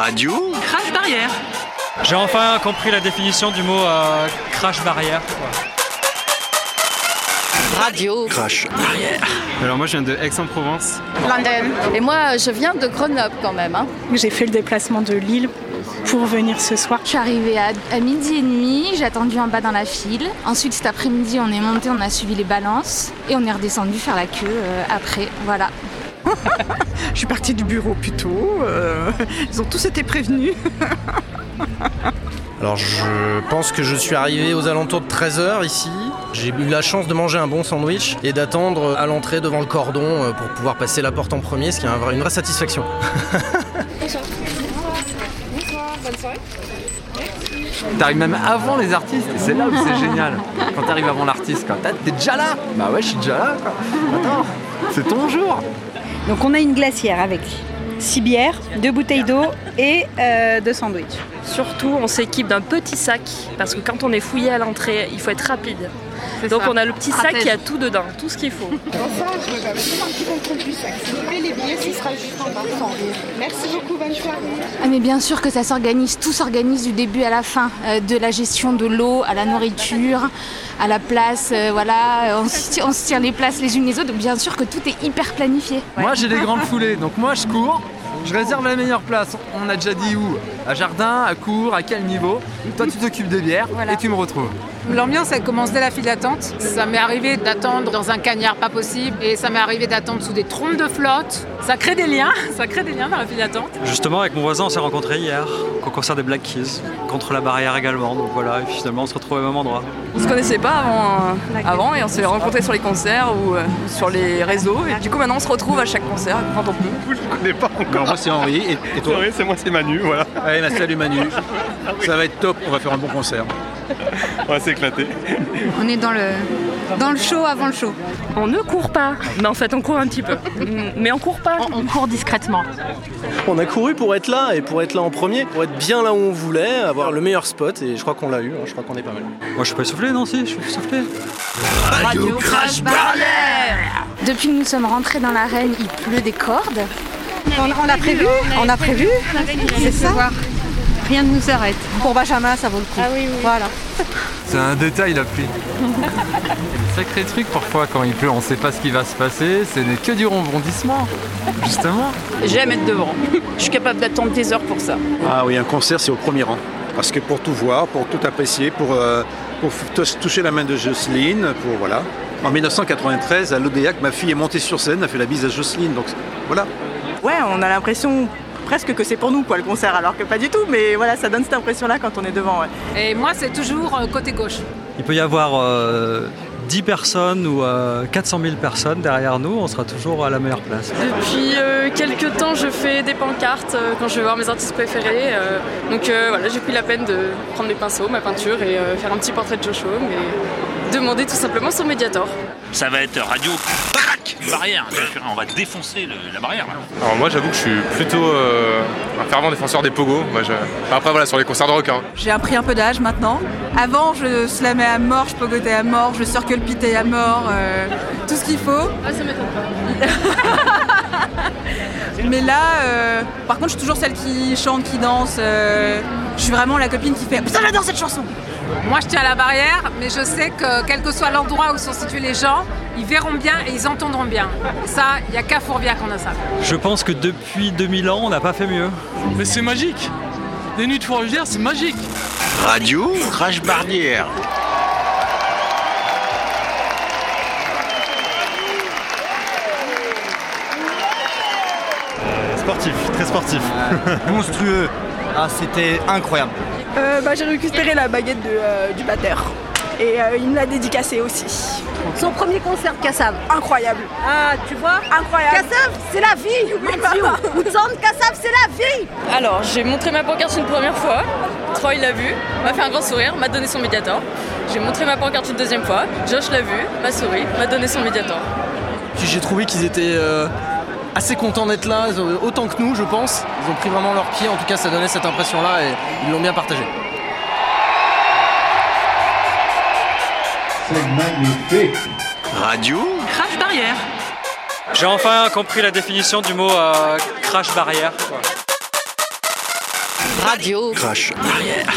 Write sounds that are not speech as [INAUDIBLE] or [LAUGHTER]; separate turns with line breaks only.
Radio
Crash barrière.
J'ai enfin compris la définition du mot euh, crash barrière. quoi.
Radio.
Crash Barrière.
Alors moi je viens de Aix-en-Provence.
London.
Et moi, je viens de Grenoble quand même. hein.
J'ai fait le déplacement de Lille pour venir ce soir.
Je suis arrivée à, à midi et demi, j'ai attendu en bas dans la file. Ensuite, cet après-midi, on est monté, on a suivi les balances et on est redescendu faire la queue euh, après. Voilà.
Je suis partie du bureau plus tôt.
[LAUGHS]
euh, ils ont tous été prévenus.
Alors je pense que je suis arrivé aux alentours de 13h ici. J'ai eu la chance de manger un bon sandwich et d'attendre à l'entrée devant le cordon euh, pour pouvoir passer la porte en premier, ce qui est un vrai- une vraie satisfaction.
T'arrives même avant les artistes, et c'est là où c'est génial. Quand t'arrives avant l'artiste, quoi. T'as- T'es déjà là Bah ouais, je suis déjà là, quoi. Attends, c'est ton jour
Donc on a une glacière avec 6 bières, 2 bouteilles d'eau et 2 sandwichs.
Surtout, on s'équipe d'un petit sac parce que quand on est fouillé à l'entrée, il faut être rapide. Donc on a le petit sac
Stratège.
qui a tout dedans, tout ce qu'il faut.
Ah, mais bien sûr que ça s'organise, tout s'organise du début à la fin, euh, de la gestion de l'eau à la nourriture, à la place, euh, voilà, euh, on se, ti- on se tire les places les unes les autres. Bien sûr que tout est hyper planifié.
Moi j'ai des grandes foulées, donc moi je cours, je réserve la meilleure place. On a déjà dit où À jardin, à cours, à quel niveau Toi tu t'occupes des bières
Voilà.
et tu me retrouves.
L'ambiance, elle commence dès la file d'attente. Ça m'est arrivé d'attendre dans un cagnard pas possible et ça m'est arrivé d'attendre sous des trompes de flotte. Ça crée des liens, [LAUGHS] ça crée des liens dans la file d'attente.
Justement, avec mon voisin, on s'est rencontrés hier, au concert des Black Keys, contre la barrière également. Donc voilà, et puis finalement, on se retrouve au même endroit.
On se connaissait pas avant, euh, avant et on s'est rencontrés sur les concerts ou euh, sur les réseaux. Et du coup, maintenant, on se retrouve à chaque concert quand on peut.
moi c'est Henri et, toi Oui, c'est moi c'est Manu, voilà. Allez, la salut Manu. Ça va être top, on va faire un bon concert. On va s'éclater.
On est dans le, dans le show avant le show. On ne court pas, mais en fait on court un petit peu. Mm, Mais on court pas. On, court discrètement.
On a couru pour être là et pour être là en premier, pour être bien là où on voulait, avoir le meilleur spot et je crois qu'on l'a eu, hein, je crois qu'on est pas mal.
Moi, je suis pas essoufflé, non Si, je suis essoufflé.
Radio Crash Barrière
Depuis que nous sommes rentrés dans l'arène, il pleut des cordes.
On, on a prévu, on a prévu, c'est ça. Rien ne nous arrête. Pour Benjamin, ça vaut le coup. Voilà.
C'est un détail la [LAUGHS] pluie. Sacré truc parfois quand il pleut, on sait pas ce qui va se passer, ce n'est que du rebondissement, justement.
J'aime être devant. Je suis capable d'attendre des heures pour ça.
Ah oui, un concert c'est au premier rang. Parce que pour tout voir, pour tout apprécier, pour, euh, pour f- tou- toucher la main de Jocelyne, pour voilà. En 1993, à l'Odéac, ma fille est montée sur scène, a fait la bise à Jocelyne, donc voilà.
Ouais, on a l'impression presque que c'est pour nous quoi le concert, alors que pas du tout, mais voilà, ça donne cette impression-là quand on est devant. ouais.
Et moi, c'est toujours euh, côté gauche.
Il peut y avoir euh, 10 personnes ou euh, 400 000 personnes derrière nous, on sera toujours à la meilleure place.
Depuis euh, quelques temps, je fais des pancartes euh, quand je vais voir mes artistes préférés. euh, donc euh, voilà, j'ai pris la peine de prendre mes pinceaux, ma peinture et euh, faire un petit portrait de Joshua, mais demander tout simplement son médiator.
Ça va être radio Crac barrière. On va défoncer le- la barrière. là.
Alors moi j'avoue que je suis plutôt euh, un fervent défenseur des pogos. Moi, je- enfin, après voilà sur les concerts de rock. hein.
J'ai appris un peu d'âge maintenant. Avant, je slamais à mort, je pogotais à mort, je circulpitais à mort, euh, tout ce qu'il faut.
Ah, ça m'étonne pas.
[LAUGHS] Mais là, euh, par contre, je suis toujours celle qui chante, qui danse. euh, je suis vraiment la copine qui fait Putain, j'adore cette chanson
Moi, je tiens à la barrière, mais je sais que quel que soit l'endroit où sont situés les gens, ils verront bien et ils entendront bien. Ça, il n'y a qu'à Fourvière qu'on a ça.
Je pense que depuis 2000 ans, on n'a pas fait mieux.
Mais c'est magique Les nuits de Fourvière, c'est magique
Radio Crash Barrière
Sportif, très sportif. [LAUGHS] Monstrueux. Ah, c'était incroyable.
Euh, bah, j'ai récupéré la baguette de, euh, du batteur et euh, il me l'a dédicacée aussi. Son premier concert Cassav, incroyable. Ah, tu vois, incroyable. Cassav, c'est la vie. Cassav, c'est la vie.
Alors, j'ai montré ma pancarte une première fois. Troy l'a vu, m'a fait un grand sourire, m'a donné son médiator. J'ai montré ma pancarte une deuxième fois. Josh l'a vu, m'a souri, m'a donné son médiator.
Puis j'ai trouvé qu'ils étaient euh, assez contents d'être là, euh, autant que nous, je pense. Ils ont pris vraiment leur pied, en tout cas, ça donnait cette impression-là et ils l'ont bien partagé.
C'est magnifique
Radio
Crash barrière.
J'ai enfin compris la définition du mot euh, crash barrière. quoi.
Radio. Crash barrière.